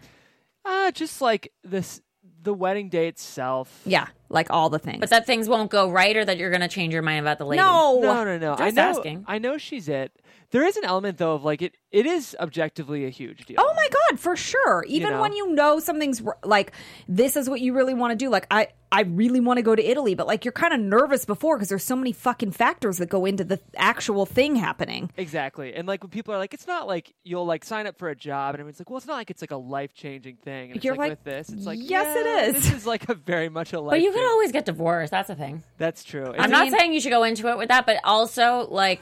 S4: Uh, just like this, the wedding day itself.
S1: Yeah, like all the things.
S3: But that things won't go right, or that you're going to change your mind about the lady.
S1: no, Oh
S4: No, no, no. I
S3: Just
S4: know.
S3: asking.
S4: I know she's it. There is an element though of like it. It is objectively a huge deal.
S1: Oh my god, for sure. Even
S4: know?
S1: when you know something's r- like this is what you really want to do. Like I I really want to go to Italy, but like you're kind of nervous before because there's so many fucking factors that go into the actual thing happening.
S4: Exactly. And like when people are like, it's not like you'll like sign up for a job and everyone's like, well, it's not like it's like a life changing thing. And it's
S1: You're
S4: like,
S1: like,
S4: with this, it's like,
S1: yes, it
S4: yeah,
S1: is.
S4: This is like a very much a life.
S3: But you could always get divorced. That's the thing.
S4: That's true. It's-
S3: I'm not saying you should go into it with that, but also like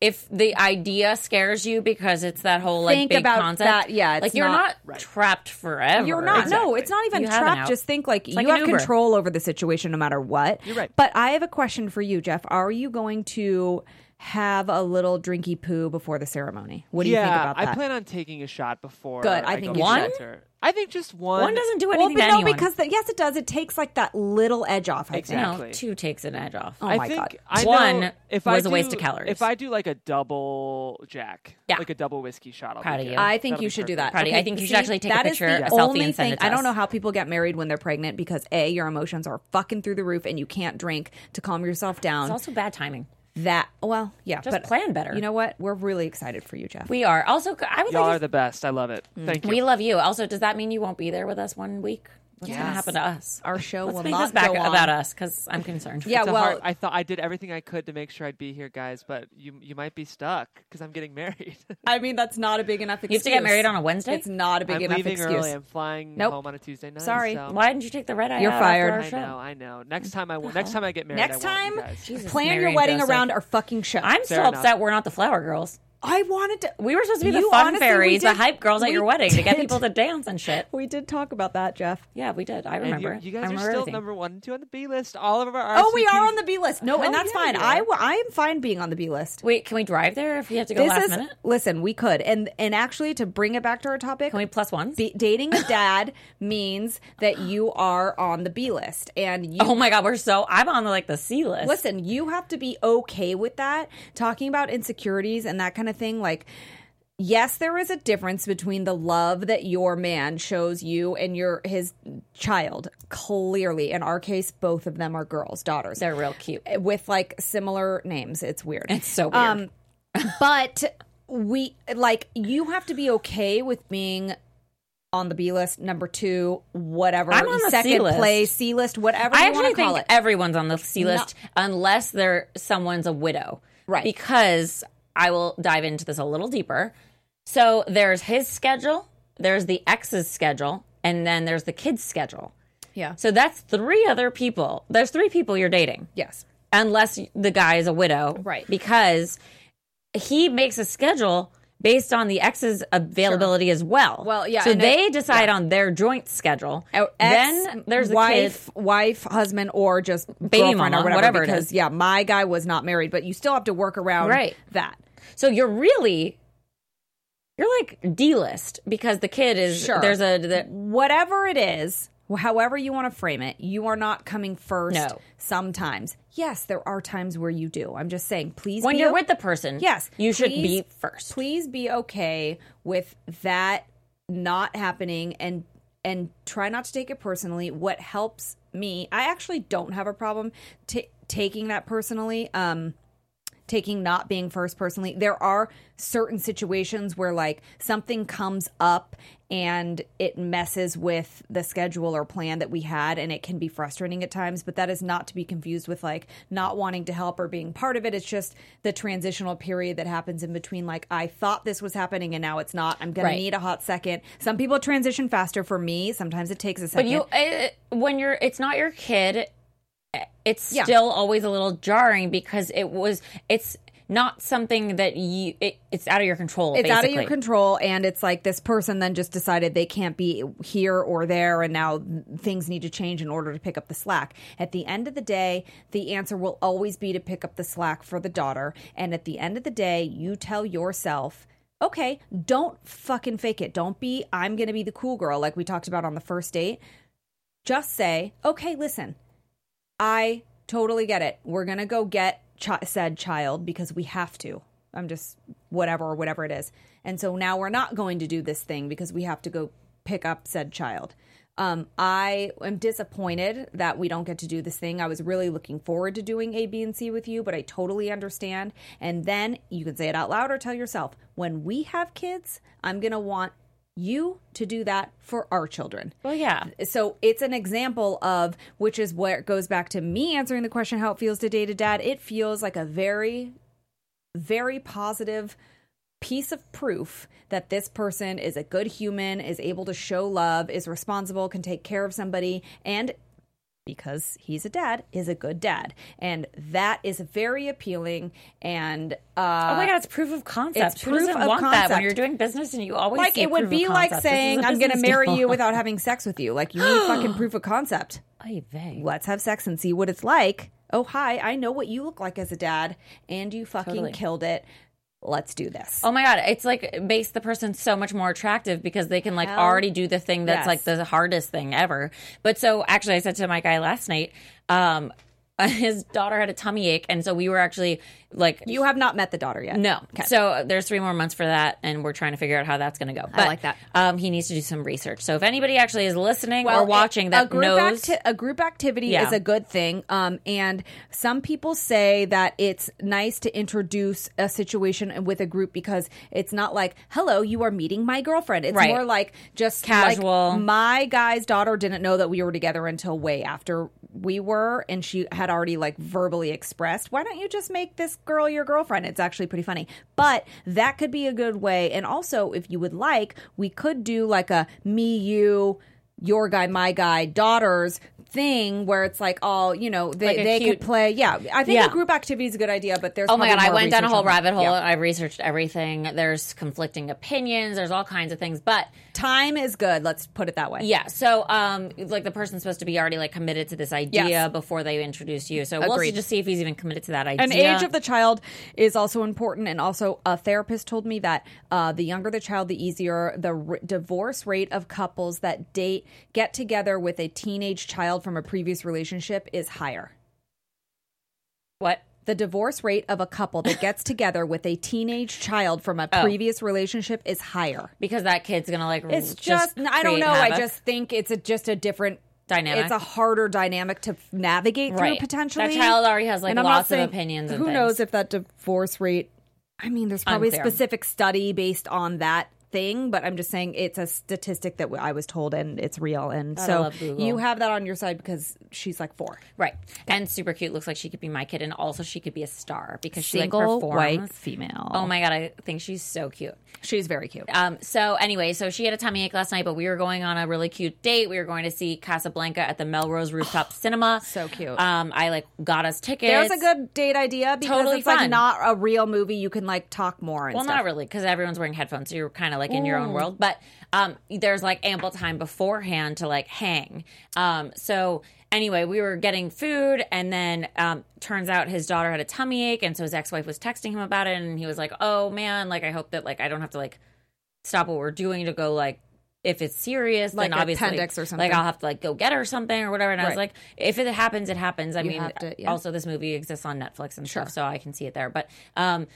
S3: if the idea scares you because it's that whole like
S1: Think
S3: big
S1: about
S3: concept,
S1: that. Yeah, it's
S3: like you're
S1: not-
S3: not, trapped forever.
S1: You're not. No,
S4: Exactly.
S1: it's not even
S3: You have an
S1: trapped.
S3: out.
S1: Just think like,
S3: like
S1: you
S3: an
S1: have
S3: Uber.
S1: control over the situation no matter what.
S4: You're right.
S1: But I have a question for you, Jeff. Are you going to have a little drinky poo before the ceremony? What do
S4: yeah,
S1: you think about that?
S4: I plan on taking a shot before.
S1: Good, I think
S4: go
S1: you
S4: to the
S3: should.
S4: altar. I think just one.
S3: One doesn't do
S1: well,
S3: anything
S1: but
S3: to
S1: no,
S3: anyone.
S1: because the, yes, it does. It takes like that little edge off. I
S4: Exactly.
S1: think.
S3: no, two takes an edge off.
S1: Oh
S4: I
S1: my
S4: think
S1: God.
S4: I know
S3: One
S4: if
S3: was
S4: I
S3: a
S4: do,
S3: waste of calories.
S4: If I do like a double jack,
S3: Yeah.
S4: like a double whiskey shot, I'll
S3: Proud
S4: be
S3: of
S4: good.
S3: you.
S1: I think
S4: That'll
S1: you
S4: be
S1: should do that.
S4: perfect.
S3: Party. I think you should actually take a
S1: that is
S3: picture,
S1: the
S3: a selfie,
S1: only
S3: and send it
S1: thing-
S3: to
S1: I don't
S3: us.
S1: know how people get married when they're pregnant because a your emotions are fucking through the roof and you can't drink to calm yourself down.
S3: it's also bad timing.
S1: that well, yeah,
S3: Just
S1: but
S3: plan better.
S1: You know what? We're really excited for you, Jeff.
S3: We are also. I would
S4: Y'all
S3: like
S4: are
S3: to,
S4: the best. I love it. Thank you.
S3: we love Mm. you. Also, does that mean you won't be there with us one week? What's going to
S4: Yes.
S3: happen to us?
S1: Our show
S3: Let's
S1: will
S3: make
S1: not
S3: this back
S1: go on.
S3: about us because I'm concerned.
S1: yeah,
S4: It's a
S1: well,
S4: hard- I thought I did everything I could to make sure I'd be here, guys. But you you might be stuck because I'm getting married.
S1: I mean that's not a big enough. excuse.
S3: you have to get married on a Wednesday.
S1: It's not a big
S4: I'm
S1: enough
S4: leaving
S1: excuse.
S4: early. I'm flying
S1: Nope.
S4: home on a Tuesday night.
S1: Sorry.
S4: so-
S3: Why didn't you take the red eye?
S1: You're
S3: out
S1: fired.
S3: After our
S4: I
S3: show?
S4: know. I know. Next time I will. Next time I get married.
S1: Next
S4: I
S1: time,
S4: won't, you guys.
S3: Jesus,
S1: plan
S3: Mary
S1: your
S3: and
S1: wedding
S3: Joseph.
S1: around our fucking show.
S3: I'm still
S4: enough.
S3: upset we're not the flower girls.
S1: I wanted to.
S3: We were supposed to be the
S1: You
S3: fun
S1: honestly, we
S3: fairies, the
S1: did-
S3: hype girls at
S1: we
S3: your wedding to get
S1: did.
S3: people to dance and shit.
S1: We did talk about that, Jeff.
S3: Yeah, we did. I
S4: And you-
S3: remember.
S4: you,
S3: I
S4: guys are
S3: remember
S4: still
S3: everything.
S4: number one and two on the B list. All of our.
S1: Oh, we
S4: RSVPs
S1: are on the B list. No, and
S4: Hell
S1: that's
S4: yeah,
S1: fine.
S4: you
S1: I,
S4: are.
S1: w- I am fine being on the B list.
S3: Wait, can we drive there if we have to go
S1: this
S3: last
S1: is
S3: minute?
S1: listen we could and and actually to bring it back to our topic
S3: Can we plus one?
S1: be- dating a dad means that you are on the b list and you
S3: oh my god, we're so I'm on the, like the C list.
S1: Listen, you have to be okay with that. Talking about insecurities and that kind of of thing. Like, yes, there is a difference between the love that your man shows you and your his child. Clearly, in our case, both of them are girls, daughters.
S3: They're real cute.
S1: with like similar names. It's weird.
S3: It's so weird.
S1: Um, but we like you have to be okay with being on the B list, number two, whatever.
S3: I'm on the
S1: second
S3: C-list.
S1: place, C list, whatever
S3: I
S1: you want
S3: actually
S1: to call
S3: think
S1: it.
S3: everyone's on the C list unless they're someone's a widow.
S1: Right.
S3: Because I will dive into this a little deeper. So there's his schedule, there's the ex's schedule, and then there's the kid's schedule.
S1: yeah.
S3: So that's three other people. There's three people you're dating.
S1: Yes.
S3: Unless the guy is a widow.
S1: Right.
S3: Because he makes a schedule based on the ex's availability as well.
S1: Well, yeah,
S3: So
S1: and
S3: they decide on their joint schedule.
S1: Ex,
S3: then there's the kid.
S1: wife, wife, husband, or just
S3: Baby
S1: girlfriend
S3: mama,
S1: or whatever.
S3: whatever it
S1: because
S3: is.
S1: yeah, my guy was not married, but you still have to work around
S3: Right.
S1: that.
S3: So you're really you're like D list because the kid is
S1: Sure.
S3: there's a the,
S1: Whatever it is, however you want to frame it, you are not coming first.
S3: No.
S1: Sometimes, yes, there are times where you do. I'm just saying, please.
S3: when
S1: be
S3: you're
S1: o-
S3: with the person.
S1: Yes.
S3: you should
S1: Please-
S3: be first.
S1: Please be okay with that not happening and and try not to take it personally. What helps me, I actually don't have a problem ta taking that personally. Um taking not being first personally. There are certain situations where like something comes up and it messes with the schedule or plan that we had and it can be frustrating at times, but that is not to be confused with like not wanting to help or being part of it. It's just the transitional period that happens in between like I thought this was happening and now it's not. I'm going
S3: Right.
S1: to need a hot second. Some people transition faster for me, sometimes it takes a
S3: But
S1: second.
S3: you uh, when you're it's not your kid. It's
S1: Yeah.
S3: still always a little jarring because it was it's not something that you it, it's out of your control.
S1: it's out of your
S3: basically.
S1: control and it's like this person then just decided they can't be here or there and now things need to change in order to pick up the slack at the end of the day the answer will always be to pick up the slack for the daughter and at the end of the day you tell yourself okay don't fucking fake it don't be i'm gonna be the cool girl like we talked about on the first date just say okay listen I totally get it. We're gonna go get chi- said child because we have to. I'm just whatever, whatever it is. And so now we're not going to do this thing because we have to go pick up said child. Um, I am disappointed that we don't get to do this thing. I was really looking forward to doing A, B, and C with you, but I totally understand. And then you can say it out loud or tell yourself when we have kids, I'm gonna want you to do that for our children
S3: Well, yeah.
S1: so it's an example of which is where it goes back to me answering the question how it feels to date a dad it feels like a very very positive piece of proof that this person is a good human is able to show love is responsible can take care of somebody and because he's a dad is a good dad and that is very appealing and uh
S3: oh my god, it's proof of concept.
S1: it's
S3: Who doesn't
S1: proof of
S3: want that when
S1: concept.
S3: you're doing business and you always
S1: like
S3: see
S1: it would
S3: proof of
S1: be like
S3: concept. This is
S1: saying
S3: a
S1: i'm going to
S3: business
S1: marry
S3: deal."
S1: you without having sex with you like you need fucking proof of concept
S3: Oy vey.
S1: let's have sex and see what it's like. Oh, hi, I know what you look like as a dad, and you fucking
S3: Totally.
S1: killed it. Let's do this.
S3: Oh my god, it's like it makes the person so much more attractive because they can like
S1: Hell
S3: already do the thing
S1: yes.
S3: that's like the hardest thing ever. But so actually I said to my guy last night, um his daughter had a tummy ache and so we were actually like
S1: You have not met the daughter yet.
S3: no. So uh, there's three more months for that and we're trying to figure out how that's going to go. But
S1: like that.
S3: um he needs to do some research. So if anybody actually is listening
S1: Well,
S3: or watching
S1: a-
S3: that
S1: a group
S3: knows
S1: acti- a group activity
S3: Yeah.
S1: is a good thing. Um, and some people say that it's nice to introduce a situation with a group because it's not like, "Hello, you are meeting my girlfriend." It's
S3: Right.
S1: more like just like,
S3: Casual.
S1: my guy's daughter didn't know that we were together until way after we were, and she had already like verbally expressed, "Why don't you just make this girl your girlfriend?" It's actually pretty funny, but that could be a good way. And also, if you would like, we could do like a me, you, your guy, my guy, daughters thing where it's like all you know they,
S3: Like a
S1: they
S3: cute-
S1: could play. Yeah, I think
S3: Yeah.
S1: a group activity is a good idea, but there's
S3: Oh my god,
S1: probably
S3: I
S1: more
S3: went down a
S1: research
S3: whole
S1: on that.
S3: rabbit hole.
S1: Yeah.
S3: I researched everything. There's conflicting opinions, there's all kinds of things, but
S1: Time is good. Let's put it that way.
S3: Yeah. So, um, like the person's supposed to be already like committed to this idea
S1: Yes.
S3: before they introduce you. So we'll
S1: Agreed.
S3: just see if he's even committed to that idea.
S1: An age of the child is also important, and also a therapist told me that uh, the younger the child, the easier the r- divorce rate of couples that date get together with a teenage child from a previous relationship is higher.
S3: what?
S1: The divorce rate of a couple that gets together with a teenage child from a previous relationship is higher.
S3: because that kid's gonna like.
S1: It's just, I don't
S3: create
S1: know. I
S3: havoc.
S1: just think it's a, just a different
S3: Dynamic.
S1: It's a harder dynamic to f- navigate
S3: Right.
S1: through potentially.
S3: That child already has, like,
S1: And I'm not
S3: lots of opinions and
S1: Who
S3: things.
S1: knows if that divorce rate? I mean, there's probably
S3: Unclear.
S1: a specific study based on that thing, but I'm just saying it's a statistic that w- I was told and it's real. And
S3: love
S1: so
S3: Google.
S1: you have that on your side because she's like four.
S3: right and super cute. Looks like she could be my kid, and also she could be a star because she
S1: Single
S3: like performs.
S1: white female.
S3: Oh my god, I think she's so cute.
S1: She's very cute.
S3: Um, so anyway, so she had a tummy ache last night, but we were going on a really cute date. We were going to see Casablanca at the Melrose Rooftop Cinema.
S1: So cute.
S3: Um, I like got us tickets.
S1: There's a good date idea because
S3: Totally
S1: it's
S3: fun.
S1: like not a real movie. You can like talk more and
S3: Well,
S1: stuff.
S3: not really, because everyone's wearing headphones, so you're kind of like in your own world. But um, there's like ample time beforehand to like hang. Um, so anyway, we were getting food, and then um, turns out his daughter had a tummy ache, and so his ex-wife was texting him about it, and he was like, "Oh man, like I hope that like I don't have to like stop what we're doing to go like." If it's serious,
S1: Like
S3: then obviously,
S1: appendix or
S3: like
S1: something.
S3: I'll have to like go get her something or whatever. And I was
S1: Right.
S3: like, if it happens, it happens. I
S1: You
S3: mean,
S1: have to- yeah.
S3: also this movie exists on Netflix and stuff, so I can see it there. But um,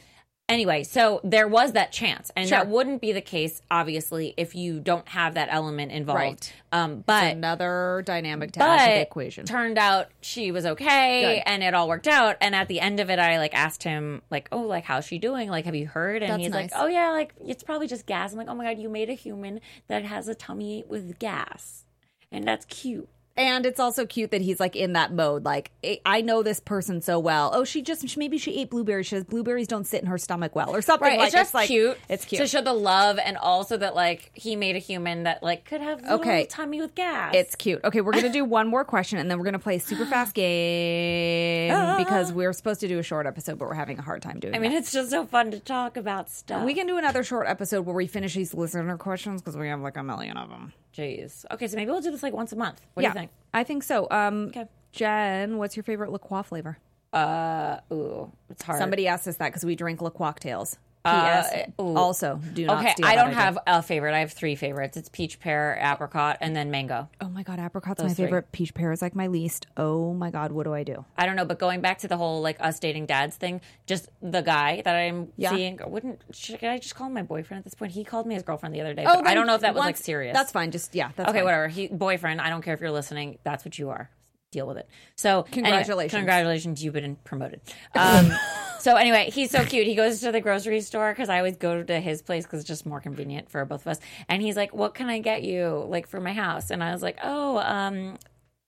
S3: anyway, so there was that chance, and
S1: Sure.
S3: that wouldn't be the case, obviously, if you don't have that element involved.
S1: Right.
S3: Um, but
S1: Another dynamic to add to the
S3: but
S1: equation.
S3: turned out she was okay,
S1: Good.
S3: and it all worked out. And at the end of it, I like asked him like, "Oh, like how's she doing? Like, have you heard?" And
S1: That's
S3: he's
S1: nice.
S3: like, "Oh yeah, like it's probably just gas." I'm like, "Oh my god, you made a human that has a tummy with gas, and that's cute."
S1: And it's also cute that he's like in that mode. Like, I- I know this person so well. Oh, she just maybe she ate blueberries. She says blueberries don't sit in her stomach well, or something.
S3: Right,
S1: like,
S3: it's just
S1: like,
S3: cute.
S1: It's cute.
S3: to show the love, and also that like he made a human that like could have little
S1: Okay.
S3: tummy with gas.
S1: it's cute. Okay, we're gonna do one more question, and then we're gonna play a super fast game because we're supposed to do a short episode, but we're having a hard time doing.
S3: Ah. I mean, it's just so fun to talk about stuff.
S1: we can do another short episode where we finish these listener questions because we have like a million of them.
S3: Jeez. Okay, so maybe we'll do this like once a month. What do you think?
S1: I think so. Um,
S3: Okay.
S1: Jen, what's your favorite LaCroix flavor?
S3: Ooh, it's hard.
S1: Somebody asked us that because we drink LaCroix cocktails.
S3: Uh,
S1: P.S.
S3: ooh.
S1: also, do not
S3: Okay,
S1: steal
S3: I
S1: that
S3: don't
S1: idea.
S3: have a favorite. I have three favorites. It's peach, pear, apricot, and then mango.
S1: Oh my god, apricot's my favorite. Peach pear is like my least. Oh my god, what do I do?
S3: I don't know, but going back to the whole like us dating dads thing, just the guy that I'm
S1: Yeah.
S3: seeing wouldn't should I just call him my boyfriend at this point? He called me his girlfriend the other day,
S1: Oh,
S3: but I don't know if that was like serious.
S1: That's fine. Just yeah. That's
S3: okay,
S1: fine.
S3: whatever. He boyfriend. I don't care if you're listening. That's what you are. Deal with it. So anyway,
S1: Congratulations.
S3: congratulations, you've been promoted. Um, so anyway, he's so cute. He goes to the grocery store because I always go to his place because it's just more convenient for both of us. And he's like, "What can I get you like for my house?" And I was like, "Oh, um,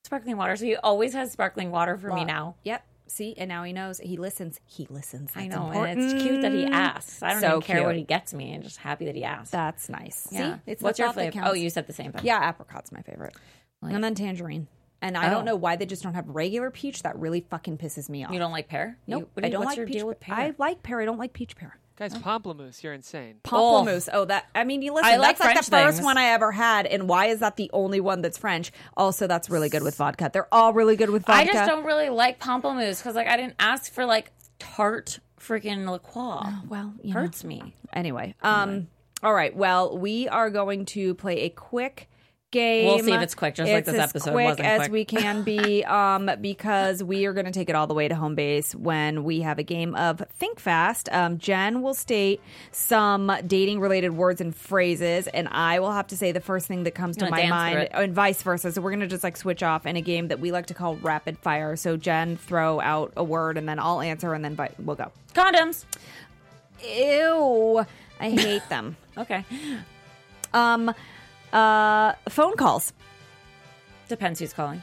S3: sparkling water." So he always has sparkling water for me now.
S1: Yep. See, and now he knows. He listens. He listens.
S3: I
S1: That's
S3: know,
S1: important.
S3: and it's cute that he asks. I don't
S1: So
S3: even care what
S1: cute.
S3: he gets me. I'm just happy that he asks.
S1: That's nice.
S3: Yeah.
S1: See, it's
S3: what's
S1: the
S3: your
S1: thought that
S3: flavor?
S1: counts.
S3: Oh, you said the same thing.
S1: Yeah, apricot's my favorite, and then tangerine. And I
S3: Oh.
S1: don't know why they just don't have regular peach. That really fucking pisses me off.
S3: You don't like pear?
S1: Nope.
S3: You, what do
S1: I
S3: you-
S1: don't
S3: what's
S1: like
S3: your
S1: peach.
S3: deal with
S1: pear.
S3: pear?
S1: I like pear. I don't like peach pear.
S4: Guys, pamplemousse, you're insane.
S1: Pamplemousse. Oh, that. I mean, you listen.
S3: I
S1: that's
S3: like
S1: like the
S3: French
S1: first
S3: things.
S1: one I ever had, and why is that the only one that's French? Also, that's really good with vodka. They're all really good with vodka.
S3: I just don't really like pamplemousse because like I didn't ask for like tart freaking LaCroix.
S1: Oh, Well, you know.
S3: Hurts me.
S1: Anyway, um, all right. Well, we are going to play a quick game.
S3: We'll see if it's quick, just like this
S1: as
S3: episode
S1: quick
S3: wasn't
S1: as
S3: quick.
S1: we can be, um, because we are going to take it all the way to home base when we have a game of Think Fast. Um, Jen will state some dating-related words and phrases, and I will have to say the first thing that comes to
S3: gonna
S1: my
S3: dance
S1: mind,
S3: through it.
S1: and vice versa. So we're going to just like switch off in a game that we like to call rapid fire. So Jen, throw out a word, and then I'll answer, and then vi- we'll go.
S3: Condoms.
S1: Ew, I hate them.
S3: Okay.
S1: Um, uh, phone calls.
S3: Depends who's calling.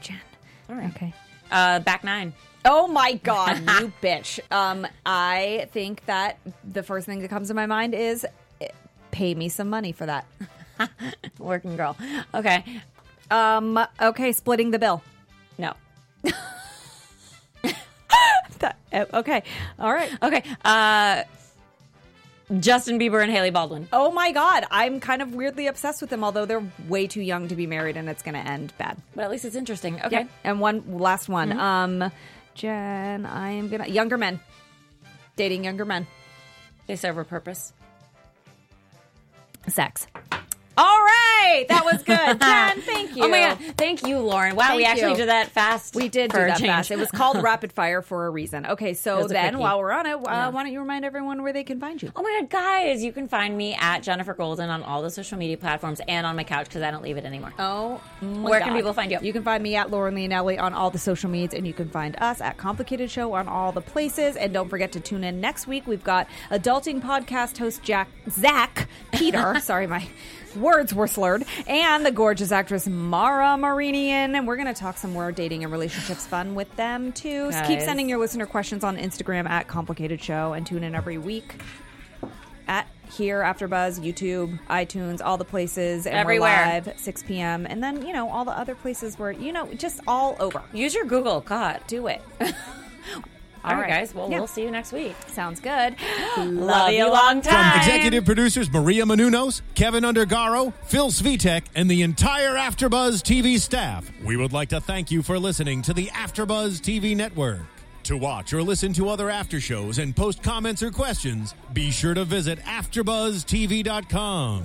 S1: Jen.
S3: All right.
S1: Okay.
S3: Uh, back nine.
S1: Oh my god, you bitch. Um, I think that the first thing that comes to my mind is eh, pay me some money for that.
S3: Working girl. Okay.
S1: Um, okay, splitting the bill.
S3: No.
S1: That- eh, okay, all right.
S3: Okay. Uh, Justin Bieber and Haley Baldwin.
S1: Oh my god, I'm kind of weirdly obsessed with them, although they're way too young to be married, and it's going to end bad.
S3: But at least it's interesting. Okay.
S1: And one last one. Um, Jen, I am gonna younger men, dating younger men,
S3: They serve a purpose.
S1: sex. All right, that was good, Jen. Thank you.
S3: Oh my my god! Thank you, Lauren. Wow, we
S1: Thank
S3: actually
S1: you.
S3: did that fast.
S1: We did do
S3: for a
S1: that
S3: change.
S1: fast. It was called rapid fire for a reason. Okay, so
S3: was a
S1: then
S3: quickie.
S1: while we're on it, uh, why don't you remind everyone where they can find you?
S3: Oh my god, guys! You can find me at Jennifer Golden on all the social media platforms and on my couch because I don't leave it anymore.
S1: Oh, my
S3: Where can
S1: God.
S3: people find you?
S1: You can find me at Lauren Leonelli on all the social medias, and you can find us at Complicated Show on all the places. And don't forget to tune in next week. We've got adulting podcast host Jack Zach Peter. sorry, my words were slurred, and the gorgeous actress Mara Marinian, and we're going to talk some more dating and relationships fun with them too. So keep
S3: Guys.
S1: sending your listener questions on Instagram at Complicated Show, and tune in every week. At here, AfterBuzz, YouTube, iTunes, all the places, and we're
S3: Everywhere.
S1: live at 6 p.m. And then, you know, all the other places where, you know, just all over.
S3: Use your Google. God,
S1: Do it.
S3: all right,
S1: right.
S3: guys. Well,
S1: Yeah.
S3: we'll see you next week.
S1: Sounds good.
S3: Love you long time.
S5: From executive producers Maria Manunos, Kevin Undergaro, Phil Svitek, and the entire AfterBuzz TV staff, we would like to thank you for listening to the AfterBuzz TV network. To watch or listen to other after shows and post comments or questions, be sure to visit AfterBuzzTV.com.